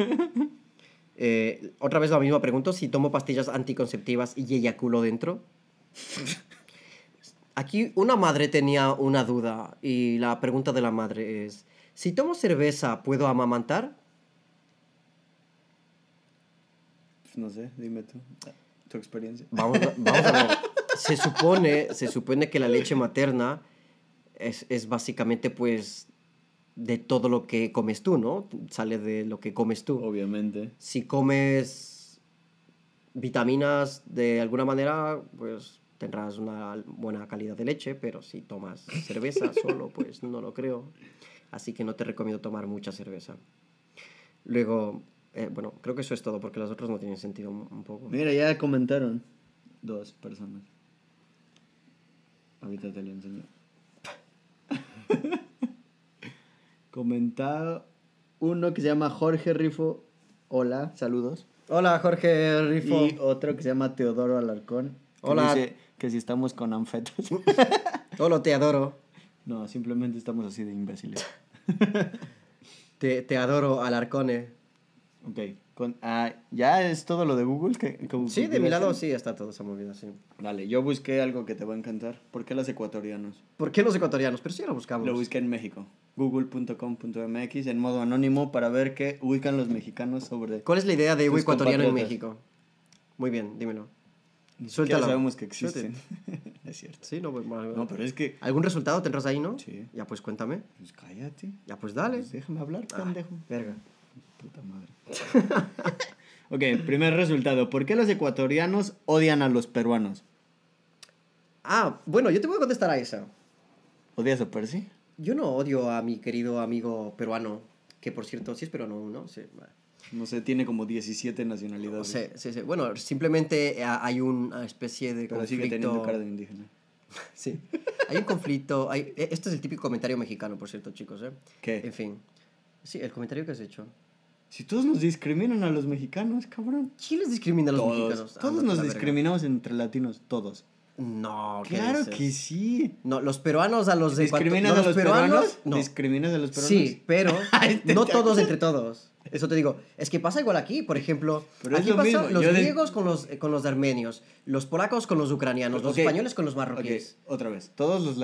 Speaker 2: Eh, otra vez la misma pregunta, si tomo pastillas anticonceptivas y eyaculo dentro. Aquí una madre tenía una duda y la pregunta de la madre es, si tomo cerveza, ¿puedo amamantar?
Speaker 1: No sé, dime tú. Tu experiencia.
Speaker 2: Vamos a, vamos a ver. Se supone, se supone que la leche materna es, es básicamente pues de todo lo que comes tú, ¿no? Sale de lo que comes tú.
Speaker 1: Obviamente.
Speaker 2: si comes vitaminas de alguna manera, pues tendrás una buena calidad de leche, pero si tomas
Speaker 1: *laughs*
Speaker 2: cerveza solo, pues no lo creo. Así que no te recomiendo tomar mucha cerveza. Luego, eh, bueno, creo que eso es todo, porque las otras no tienen sentido un, un poco.
Speaker 1: Mira, ya comentaron. Dos personas. Ahorita te lo enseño. *laughs*
Speaker 3: Comentado uno que se llama Jorge Rifo. Hola, saludos.
Speaker 2: Hola, Jorge Rifo.
Speaker 3: Y otro que se llama Teodoro Alarcón.
Speaker 1: Que
Speaker 2: Hola.
Speaker 1: dice que si estamos con anfetas.
Speaker 2: Hola, oh, te adoro.
Speaker 1: no, simplemente estamos así de imbéciles.
Speaker 2: Te, te adoro, Alarcone.
Speaker 1: *laughs* Ok. Con, ah, ¿Ya es todo lo de Google? que que
Speaker 2: Sí, de
Speaker 1: Google
Speaker 2: mi
Speaker 1: hace?
Speaker 2: lado sí, está todo esa movida, sí.
Speaker 1: Dale, yo busqué algo que te va a encantar. ¿Por qué los ecuatorianos?
Speaker 2: ¿Por qué los ecuatorianos? Pero sí lo buscamos.
Speaker 1: Lo busqué en México. Google.com.mx en modo anónimo para ver qué ubican los mexicanos sobre...
Speaker 2: ¿Cuál es la idea de
Speaker 1: Tus
Speaker 2: Evo ecuatoriano en
Speaker 1: compatriotas.
Speaker 2: México? Muy bien, dímelo.
Speaker 1: Ni siquiera
Speaker 2: Suéltalo.
Speaker 1: sabemos que
Speaker 2: Suéltalo.
Speaker 1: existen. *laughs* es cierto.
Speaker 2: Sí, no, pues, bueno,
Speaker 1: No, pero es que...
Speaker 2: ¿Algún resultado tendrás ahí, no?
Speaker 1: Sí.
Speaker 2: Ya pues cuéntame.
Speaker 1: Pues cállate.
Speaker 2: Ya pues dale.
Speaker 1: Pues déjame hablar,
Speaker 2: Ah,
Speaker 1: pendejo.
Speaker 2: verga.
Speaker 1: Puta madre. *laughs* ok, primer resultado. ¿Por qué los ecuatorianos odian a los peruanos?
Speaker 2: Ah, bueno, yo te voy a contestar a esa.
Speaker 1: ¿Odias a Percy?
Speaker 2: Yo no odio a mi querido amigo peruano, que por cierto, sí es peruano, ¿no? Sí, vale.
Speaker 1: No sé, tiene como 17 nacionalidades.
Speaker 2: No sé, sí, sí. Bueno, simplemente eh, hay una especie de
Speaker 1: pero sigue teniendo
Speaker 2: conflicto.
Speaker 1: cara de indígena. *laughs*
Speaker 2: Sí. Hay un conflicto. Hay... eh, Esto es el típico comentario mexicano, por cierto, chicos. ¿eh?
Speaker 1: ¿Qué?
Speaker 2: En fin. Sí, el comentario que has hecho.
Speaker 1: Si todos nos discriminan a los mexicanos, cabrón.
Speaker 2: ¿Quién les discrimina a los
Speaker 1: todos
Speaker 2: mexicanos? Ah,
Speaker 1: todos
Speaker 2: no,
Speaker 1: nos
Speaker 2: la verga.
Speaker 1: discriminamos entre latinos, todos.
Speaker 2: No, ¿qué
Speaker 1: Claro
Speaker 2: dices?
Speaker 1: que sí.
Speaker 2: No, los peruanos a los de Ecuador-
Speaker 1: ¿Discriminas
Speaker 2: no,
Speaker 1: a los peruanos?
Speaker 2: No.
Speaker 1: ¿Discriminas a los peruanos?
Speaker 2: Sí,
Speaker 1: *laughs*
Speaker 2: pero
Speaker 1: Este
Speaker 2: no
Speaker 1: te-
Speaker 2: todos entre todos. Eso te digo. Es que pasa igual aquí, por ejemplo.
Speaker 1: Pero es
Speaker 2: aquí
Speaker 1: lo
Speaker 2: pasa
Speaker 1: mismo,
Speaker 2: los
Speaker 1: yo de-
Speaker 2: griegos con, los, eh, con los armenios, los polacos con los ucranianos, los
Speaker 1: Ok.
Speaker 2: españoles con los
Speaker 1: Ok,
Speaker 2: marroquíes.
Speaker 1: otra vez. Todos los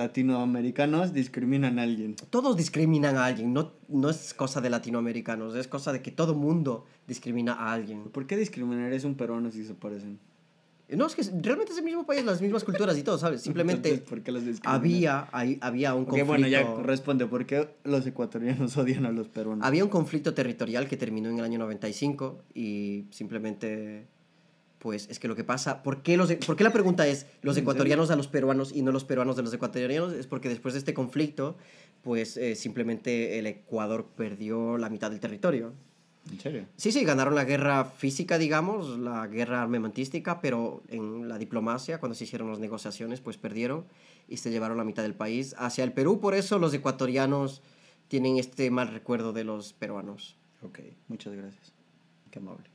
Speaker 1: latinoamericanos discriminan a alguien.
Speaker 2: Todos discriminan a alguien. No, no es cosa de latinoamericanos, es cosa de que todo mundo discrimina a alguien.
Speaker 1: ¿Por qué discriminarías a un peruano si se parecen?
Speaker 2: No, es que es- realmente es el mismo país, las mismas culturas y
Speaker 1: *laughs*
Speaker 2: todo, ¿sabes? Simplemente
Speaker 1: Entonces, ¿por qué los discriminas?
Speaker 2: había, hay- había un
Speaker 1: Ok,
Speaker 2: conflicto.
Speaker 1: bueno, ya responde. ¿Por qué los ecuatorianos *laughs* odian a los peruanos?
Speaker 2: Había un conflicto territorial que terminó en el año 95 y simplemente, pues es que lo que pasa, ¿por qué, los, e, por qué la pregunta es los
Speaker 1: ¿En serio?
Speaker 2: ecuatorianos a los peruanos y no los peruanos de los ecuatorianos? Es porque después de este conflicto, pues eh, simplemente el Ecuador perdió la mitad del territorio.
Speaker 1: ¿En serio?
Speaker 2: Sí, sí, ganaron la guerra física, digamos, la guerra armamentística, pero en la diplomacia, cuando se hicieron las negociaciones, pues perdieron y se llevaron la mitad del país hacia el Perú. Por eso los ecuatorianos tienen este mal recuerdo de los peruanos.
Speaker 1: Ok, muchas gracias. Qué amable.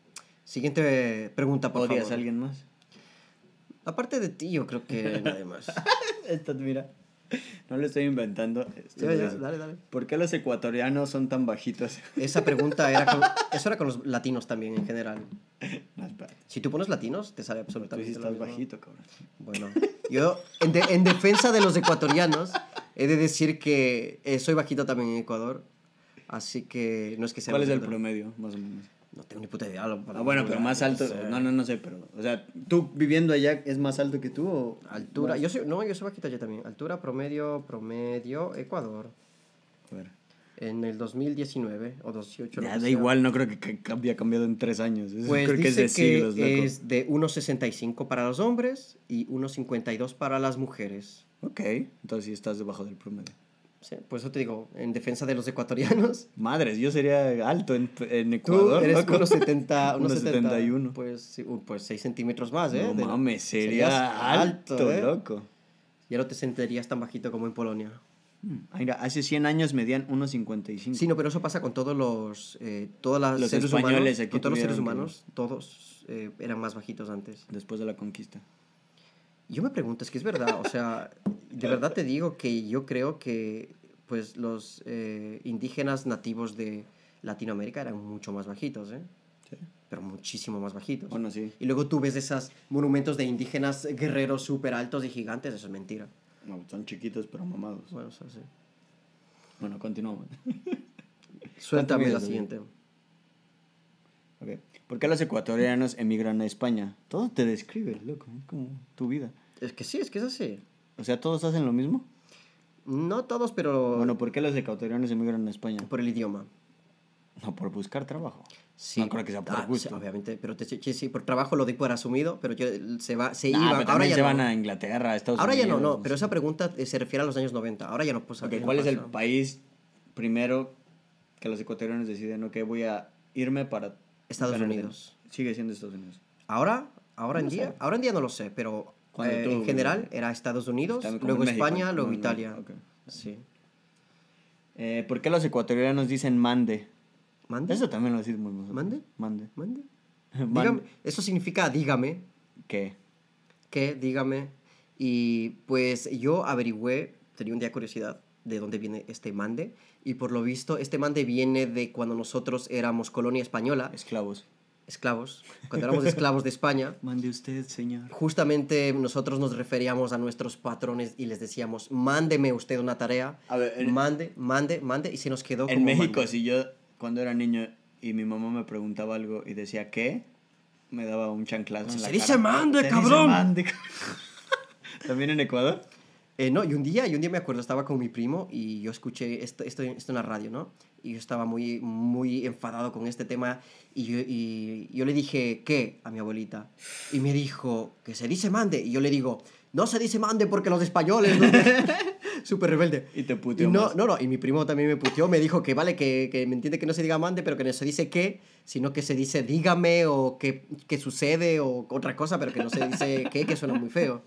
Speaker 2: Siguiente eh, pregunta, por
Speaker 1: ¿Odias
Speaker 2: favor.
Speaker 1: a alguien
Speaker 2: *laughs*
Speaker 1: más?
Speaker 2: Aparte de ti, yo creo
Speaker 1: *laughs*
Speaker 2: que nadie más.
Speaker 1: Estas, mira. *laughs* No lo estoy inventando. esto
Speaker 2: Ya,
Speaker 1: lo
Speaker 2: ya,
Speaker 1: dice.
Speaker 2: dale, dale.
Speaker 1: ¿Por qué los ecuatorianos son tan bajitos? *laughs*
Speaker 2: Esa pregunta era con, eso era con los latinos también en general.
Speaker 1: No, espera.
Speaker 2: Si tú pones latinos, te sale
Speaker 1: Tú Pues sí
Speaker 2: absolutamente lo
Speaker 1: estás
Speaker 2: mismo.
Speaker 1: bajito, cabrón.
Speaker 2: Bueno, yo en, de- en defensa de los ecuatorianos he de decir que eh, soy bajito también en Ecuador, así que no es que sea...
Speaker 1: ¿Cuál es el
Speaker 2: bajito.
Speaker 1: promedio, más o menos?
Speaker 2: No tengo ni puta idea. lo-
Speaker 1: Ah, bueno, pero más alto.
Speaker 2: no sé.
Speaker 1: No, no, no sé, pero. O sea, ¿tú viviendo allá es más alto que tú o.?
Speaker 2: Altura, yo soy, no, yo soy bajito yo también. Altura, promedio, promedio, Ecuador.
Speaker 1: A ver.
Speaker 2: En el 2019 o 18. lo
Speaker 1: Ya,
Speaker 2: que
Speaker 1: da
Speaker 2: sea.
Speaker 1: igual, no creo que ca- cambie- haya cambiado en tres años. Eso
Speaker 2: Pues
Speaker 1: creo que es
Speaker 2: dice
Speaker 1: de siglos,
Speaker 2: que
Speaker 1: loco.
Speaker 2: es de 1,65 para los hombres y 1,52 para las mujeres.
Speaker 1: Ok, entonces sí estás debajo del promedio.
Speaker 2: Sí, por eso te digo, en defensa de los ecuatorianos.
Speaker 1: Madres, yo sería alto en, en
Speaker 2: Tú
Speaker 1: Ecuador.
Speaker 2: eres
Speaker 1: loco. *laughs*
Speaker 2: unos 70, unos 70,
Speaker 1: 1,71.
Speaker 2: Pues, sí, uh, pues 6 centímetros más, ¿eh?
Speaker 1: No
Speaker 2: De-
Speaker 1: mames,
Speaker 2: serías
Speaker 1: sería alto,
Speaker 2: ¿eh?
Speaker 1: loco.
Speaker 2: Ya no te sentirías tan bajito como en Polonia.
Speaker 1: Hmm, ah, Mira, hace 100 años medían 1,55.
Speaker 2: Sí, no, pues. pero eso pasa con todos los, eh, todas las
Speaker 1: Los
Speaker 2: seres
Speaker 1: españoles
Speaker 2: humanos,
Speaker 1: aquí
Speaker 2: con todos los seres
Speaker 1: tuvieron que-
Speaker 2: humanos, todos eh, eran más bajitos antes.
Speaker 1: Después de la conquista.
Speaker 2: Y Yo me pregunto, es que es verdad, o sea,
Speaker 1: *laughs*
Speaker 2: de verdad te digo que yo creo que pues los eh, indígenas nativos de Latinoamérica eran mucho más bajitos, ¿eh?
Speaker 1: Sí.
Speaker 2: Pero muchísimo más bajitos.
Speaker 1: Bueno, sí.
Speaker 2: Y luego tú ves esos monumentos de indígenas guerreros súper altos y gigantes, eso es mentira.
Speaker 1: No, son chiquitos, pero mamados.
Speaker 2: Bueno, eso sí.
Speaker 1: Bueno, continuamos.
Speaker 2: Suéltame
Speaker 1: mides,
Speaker 2: la
Speaker 1: David?
Speaker 2: siguiente.
Speaker 1: *laughs* Ok. ¿Por qué los ecuatorianos emigran a España? Todo te describe, loco. Es como tu vida.
Speaker 2: Es que sí, es que es así.
Speaker 1: O sea, ¿todos hacen lo mismo?
Speaker 2: No todos, pero
Speaker 1: Bueno, ¿por qué los ecuatorianos emigran a España?
Speaker 2: por el idioma.
Speaker 1: No, por buscar trabajo.
Speaker 2: Sí.
Speaker 1: No creo que sea por
Speaker 2: Ah,
Speaker 1: gusto.
Speaker 2: sí, obviamente, pero te- sí, sí, por trabajo lo di por asumido, pero yo, se va, se
Speaker 1: Ah,
Speaker 2: iba.
Speaker 1: pero
Speaker 2: Ahora
Speaker 1: también
Speaker 2: ya
Speaker 1: se
Speaker 2: no.
Speaker 1: van a Inglaterra, a Estados
Speaker 2: Ahora ya
Speaker 1: Unidos.
Speaker 2: no, no, pero esa pregunta eh, se refiere a los años 90. Ahora ya no pues,
Speaker 1: Ok,
Speaker 2: ya no
Speaker 1: ¿Cuál es el
Speaker 2: pasa.
Speaker 1: país primero que los ecuatorianos deciden, ok, voy a irme para...
Speaker 2: Estados
Speaker 1: ganar
Speaker 2: Unidos.
Speaker 1: dinero? Sigue siendo Estados Unidos.
Speaker 2: Ahora, ahora en día, ahora en día no lo sé, pero
Speaker 1: Cuando
Speaker 2: eh,
Speaker 1: tú-
Speaker 2: en general era Estados Unidos,
Speaker 1: Está como
Speaker 2: luego
Speaker 1: en México,
Speaker 2: España,
Speaker 1: ¿no?
Speaker 2: luego
Speaker 1: No,
Speaker 2: Italia.
Speaker 1: ok.
Speaker 2: Sí.
Speaker 1: Eh, ¿Por qué los ecuatorianos dicen mande?
Speaker 2: ¿Mande?
Speaker 1: Eso también lo decimos nosotros.
Speaker 2: ¿Mande?
Speaker 1: Mande.
Speaker 2: ¿Mande?
Speaker 1: Man-
Speaker 2: Dígame- eso significa dígame,
Speaker 1: ¿Qué?
Speaker 2: que dígame. Y pues yo averigüé, tenía un día curiosidad de dónde viene este mande. Y por lo visto, este mande viene de cuando nosotros éramos colonia española,
Speaker 1: Esclavos.
Speaker 2: esclavos, cuando
Speaker 1: *laughs*
Speaker 2: éramos esclavos de España.
Speaker 1: Mande usted, señor.
Speaker 2: Justamente nosotros nos referíamos a nuestros patrones y les decíamos, mándeme usted una tarea.
Speaker 1: A ver, en-
Speaker 2: mande, mande, mande. Y se nos quedó
Speaker 1: En
Speaker 2: como
Speaker 1: México,
Speaker 2: mande.
Speaker 1: si yo cuando era niño y mi mamá me preguntaba algo y decía ¿qué? Me daba un chanclazo en
Speaker 2: Se
Speaker 1: la
Speaker 2: dice
Speaker 1: cara.
Speaker 2: mande,
Speaker 1: Se dice
Speaker 2: cabrón.
Speaker 1: mande, *laughs* cabrón. ¿También en Ecuador?
Speaker 2: Eh, no, y un día, y un día me acuerdo, estaba con mi primo y yo escuché esto, esto, esto en la radio, ¿no? Y yo estaba muy, muy enfadado con este tema y yo, y yo le dije, ¿qué? A mi abuelita. Y me dijo, que se dice mande. Y yo le digo, no *laughs* se dice mande porque los españoles nos, Súper rebelde.
Speaker 1: Y te
Speaker 2: Y
Speaker 1: puteó
Speaker 2: no,
Speaker 1: más.
Speaker 2: no, no, y mi primo también me puteó, me dijo que vale, que, que me entiende que no se diga mande, pero que no se dice qué, sino que se dice dígame o que, que sucede o otra cosa, pero que no se dice qué, que suena muy feo.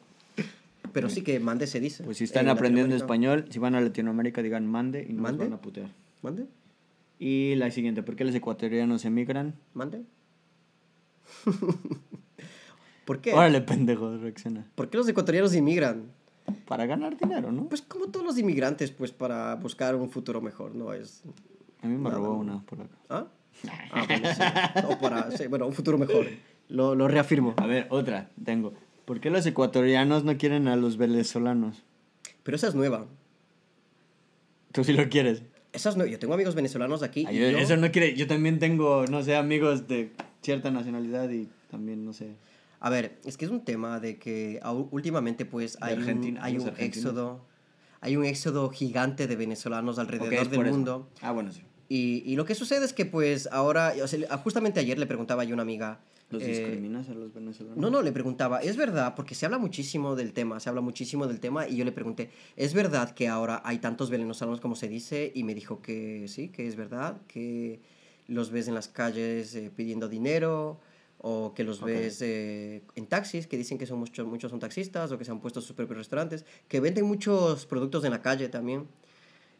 Speaker 2: Pero sí que mande se dice.
Speaker 1: Pues si están
Speaker 2: En
Speaker 1: aprendiendo
Speaker 2: Latinoamérica.
Speaker 1: español, si van a Latinoamérica, digan mande y no nos
Speaker 2: Mande.
Speaker 1: van a putear.
Speaker 2: ¿Mande?
Speaker 1: Y la siguiente, ¿por qué los ecuatorianos emigran?
Speaker 2: ¿Mande?
Speaker 1: *laughs*
Speaker 2: ¿Por qué?
Speaker 1: Órale, pendejo, reacciona.
Speaker 2: ¿Por qué los ecuatorianos inmigran?
Speaker 1: Para ganar dinero, ¿no?
Speaker 2: Pues como todos los inmigrantes, pues para buscar un futuro mejor, ¿no? Es...
Speaker 1: A mí me
Speaker 2: nada,
Speaker 1: robó
Speaker 2: no.
Speaker 1: una por acá. *laughs*
Speaker 2: ¿Ah? Ah, bueno, sí. O para, sí, bueno, un futuro mejor. Lo, lo reafirmo.
Speaker 1: A ver, otra tengo. ¿Por qué los ecuatorianos no quieren a los venezolanos?
Speaker 2: Pero esa es nueva.
Speaker 1: Tú sí lo quieres.
Speaker 2: Esa es nueva. Yo tengo amigos venezolanos aquí. y
Speaker 1: Ay, yo-
Speaker 2: yo-
Speaker 1: Eso no quiere. Yo también tengo, no sé, amigos de cierta nacionalidad y también, no sé.
Speaker 2: A ver, es que es un tema de que au- últimamente pues hay un,
Speaker 1: Argentina,
Speaker 2: hay
Speaker 1: los
Speaker 2: un
Speaker 1: argentinos.
Speaker 2: éxodo. Hay un éxodo gigante de venezolanos
Speaker 1: Ok,
Speaker 2: alrededor
Speaker 1: es por
Speaker 2: del
Speaker 1: eso.
Speaker 2: mundo.
Speaker 1: Ah, bueno, sí.
Speaker 2: Y, y lo que sucede es que pues ahora, o sea, justamente ayer le preguntaba yo a una amiga...
Speaker 1: ¿Los
Speaker 2: eh,
Speaker 1: discriminas a los venezolanos?
Speaker 2: No, no, le preguntaba, ¿es verdad? Porque se habla muchísimo del tema, se habla muchísimo del tema y yo le pregunté, ¿es verdad que ahora hay tantos venezolanos como se dice? Y me dijo que sí, que es verdad, que los ves en las calles eh, pidiendo dinero o que los
Speaker 1: Ok.
Speaker 2: ves eh, en taxis, que dicen que son muchos, muchos son taxistas o que se han puesto sus propios restaurantes, que venden muchos productos en la calle también.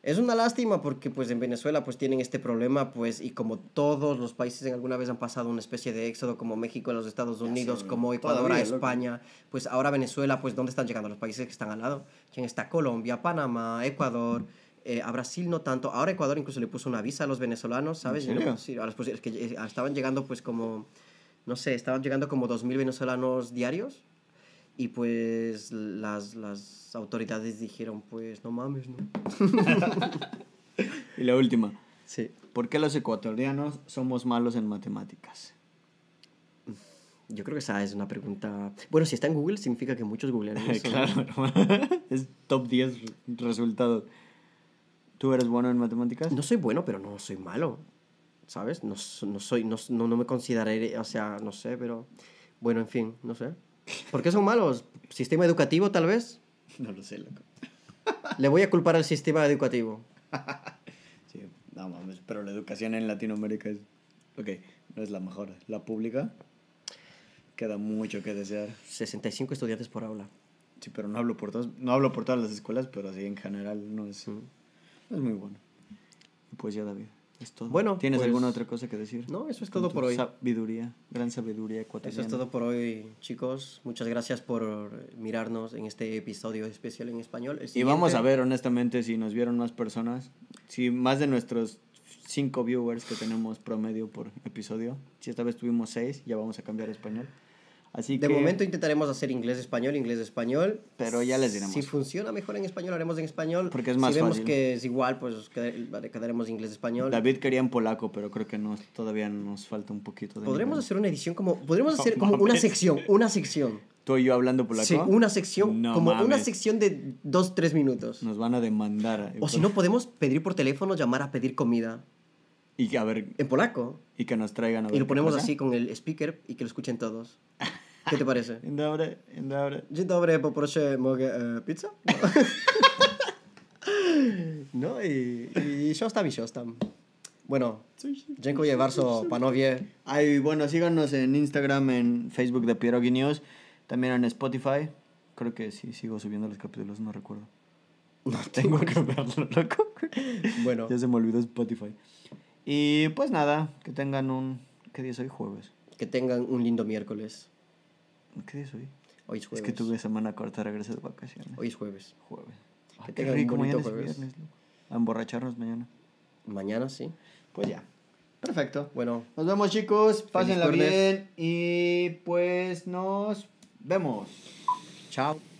Speaker 2: Es una lástima porque pues en Venezuela pues tienen este problema pues y como todos los países en alguna vez han pasado una especie de éxodo como México a los Estados Unidos,
Speaker 1: sé,
Speaker 2: como Ecuador a
Speaker 1: todavía, loco.
Speaker 2: España, pues ahora Venezuela pues dónde están llegando los países que están al lado. ¿Quién está? Colombia, Panamá, Ecuador, eh, a Brasil no tanto. Ahora Ecuador incluso le puso una visa a los venezolanos, ¿sabes?
Speaker 1: ¿En serio?
Speaker 2: Sí, ahora pues, es que eh, estaban llegando pues como no sé, estaban llegando como 2000 venezolanos diarios. Y pues las, las autoridades dijeron, pues no mames, ¿no?
Speaker 1: Y la última.
Speaker 2: Sí.
Speaker 1: ¿Por qué los ecuatorianos somos malos en matemáticas?
Speaker 2: Yo creo que esa es una pregunta. Bueno, si está en Google, significa que muchos *laughs* googlearon eso.
Speaker 1: *laughs* claro, hermano. *laughs* es top 10 re- resultados. ¿Tú eres bueno en matemáticas?
Speaker 2: No soy bueno, pero no soy malo. ¿Sabes? No, so- no soy, no, no, no me consideraré, o sea, no sé, pero. Bueno, en fin, no sé. ¿Por qué son malos? ¿Sistema educativo, tal vez?
Speaker 1: No lo sé, loco.
Speaker 2: Le voy a culpar al sistema educativo.
Speaker 1: Sí, no mames, pero la educación en Latinoamérica es. Ok, no es la mejor. La pública queda mucho que desear.
Speaker 2: 65 estudiantes por aula.
Speaker 1: Sí, pero no hablo por todas, no hablo por todas las escuelas, pero así en general no es, no es muy bueno. Y pues ya, David, es todo.
Speaker 2: Bueno,
Speaker 1: ¿Tienes
Speaker 2: pues-
Speaker 1: alguna otra cosa que decir?
Speaker 2: No, eso es
Speaker 1: Con
Speaker 2: todo
Speaker 1: tu
Speaker 2: por hoy.
Speaker 1: Sabiduría, gran sabiduría
Speaker 2: Eso
Speaker 1: ecuatoriana.
Speaker 2: es todo por hoy, chicos. Muchas gracias por mirarnos en este episodio especial en español. El
Speaker 1: Y
Speaker 2: siguiente-
Speaker 1: vamos a ver, honestamente, si nos vieron más personas, si más de nuestros cinco viewers que tenemos promedio por episodio, si esta vez tuvimos seis, ya vamos a cambiar a español. Así
Speaker 2: De
Speaker 1: que,
Speaker 2: momento intentaremos hacer inglés-español, inglés-español.
Speaker 1: Pero ya les diremos.
Speaker 2: Si funciona mejor en español, haremos en español.
Speaker 1: Porque es más
Speaker 2: Si vemos
Speaker 1: fácil.
Speaker 2: que es igual, pues qued- vale, quedaremos inglés-español.
Speaker 1: David quería en polaco, pero creo que no, todavía nos falta un poquito de...
Speaker 2: Podremos
Speaker 1: nivel.
Speaker 2: hacer una edición como... Podremos
Speaker 1: No
Speaker 2: hacer como una
Speaker 1: mames.
Speaker 2: sección, una sección.
Speaker 1: Tú y yo hablando polaco.
Speaker 2: Sí, una sección,
Speaker 1: No
Speaker 2: como una
Speaker 1: mames.
Speaker 2: sección de dos, tres minutos.
Speaker 1: Nos van a demandar. eh,
Speaker 2: O si no, podemos pedir por teléfono, llamar a pedir comida
Speaker 1: Y que, a ver,
Speaker 2: en polaco.
Speaker 1: y que nos traigan a ver
Speaker 2: Y lo
Speaker 1: qué
Speaker 2: ponemos
Speaker 1: pasa.
Speaker 2: así con el speaker y que lo escuchen todos. ¿Qué
Speaker 1: *laughs*
Speaker 2: te parece?
Speaker 1: Dobre, dobre.
Speaker 2: Dzień dobry, poproszę, mogę e, pizza? *laughs* No, no i, i sios tam, i sios tam. Bueno, dziękuję bardzo panowie.
Speaker 1: Ay, bueno, síganos en Instagram, en Facebook de Pierogi News, también en Spotify. Creo que sí, sigo subiendo los capítulos, no recuerdo. *laughs* No tengo que verlo, loco.
Speaker 2: Bueno,
Speaker 1: ya se me olvidó Spotify. Y pues nada, que tengan un... ¿Qué día es hoy? Jueves.
Speaker 2: que tengan un lindo miércoles.
Speaker 1: ¿Qué día es hoy?
Speaker 2: Hoy es
Speaker 1: Es
Speaker 2: jueves.
Speaker 1: que tuve semana corta, regreso de vacaciones.
Speaker 2: Hoy es jueves.
Speaker 1: Jueves. Ah, qué
Speaker 2: Que tengan un
Speaker 1: rico,
Speaker 2: bonito
Speaker 1: mañana es
Speaker 2: jueves.
Speaker 1: viernes, loco. A emborracharnos mañana.
Speaker 2: Mañana sí.
Speaker 1: Pues ya. Perfecto.
Speaker 2: Bueno,
Speaker 1: Nos vemos chicos, pásenla
Speaker 2: viernes.
Speaker 1: bien y pues nos vemos.
Speaker 2: chao.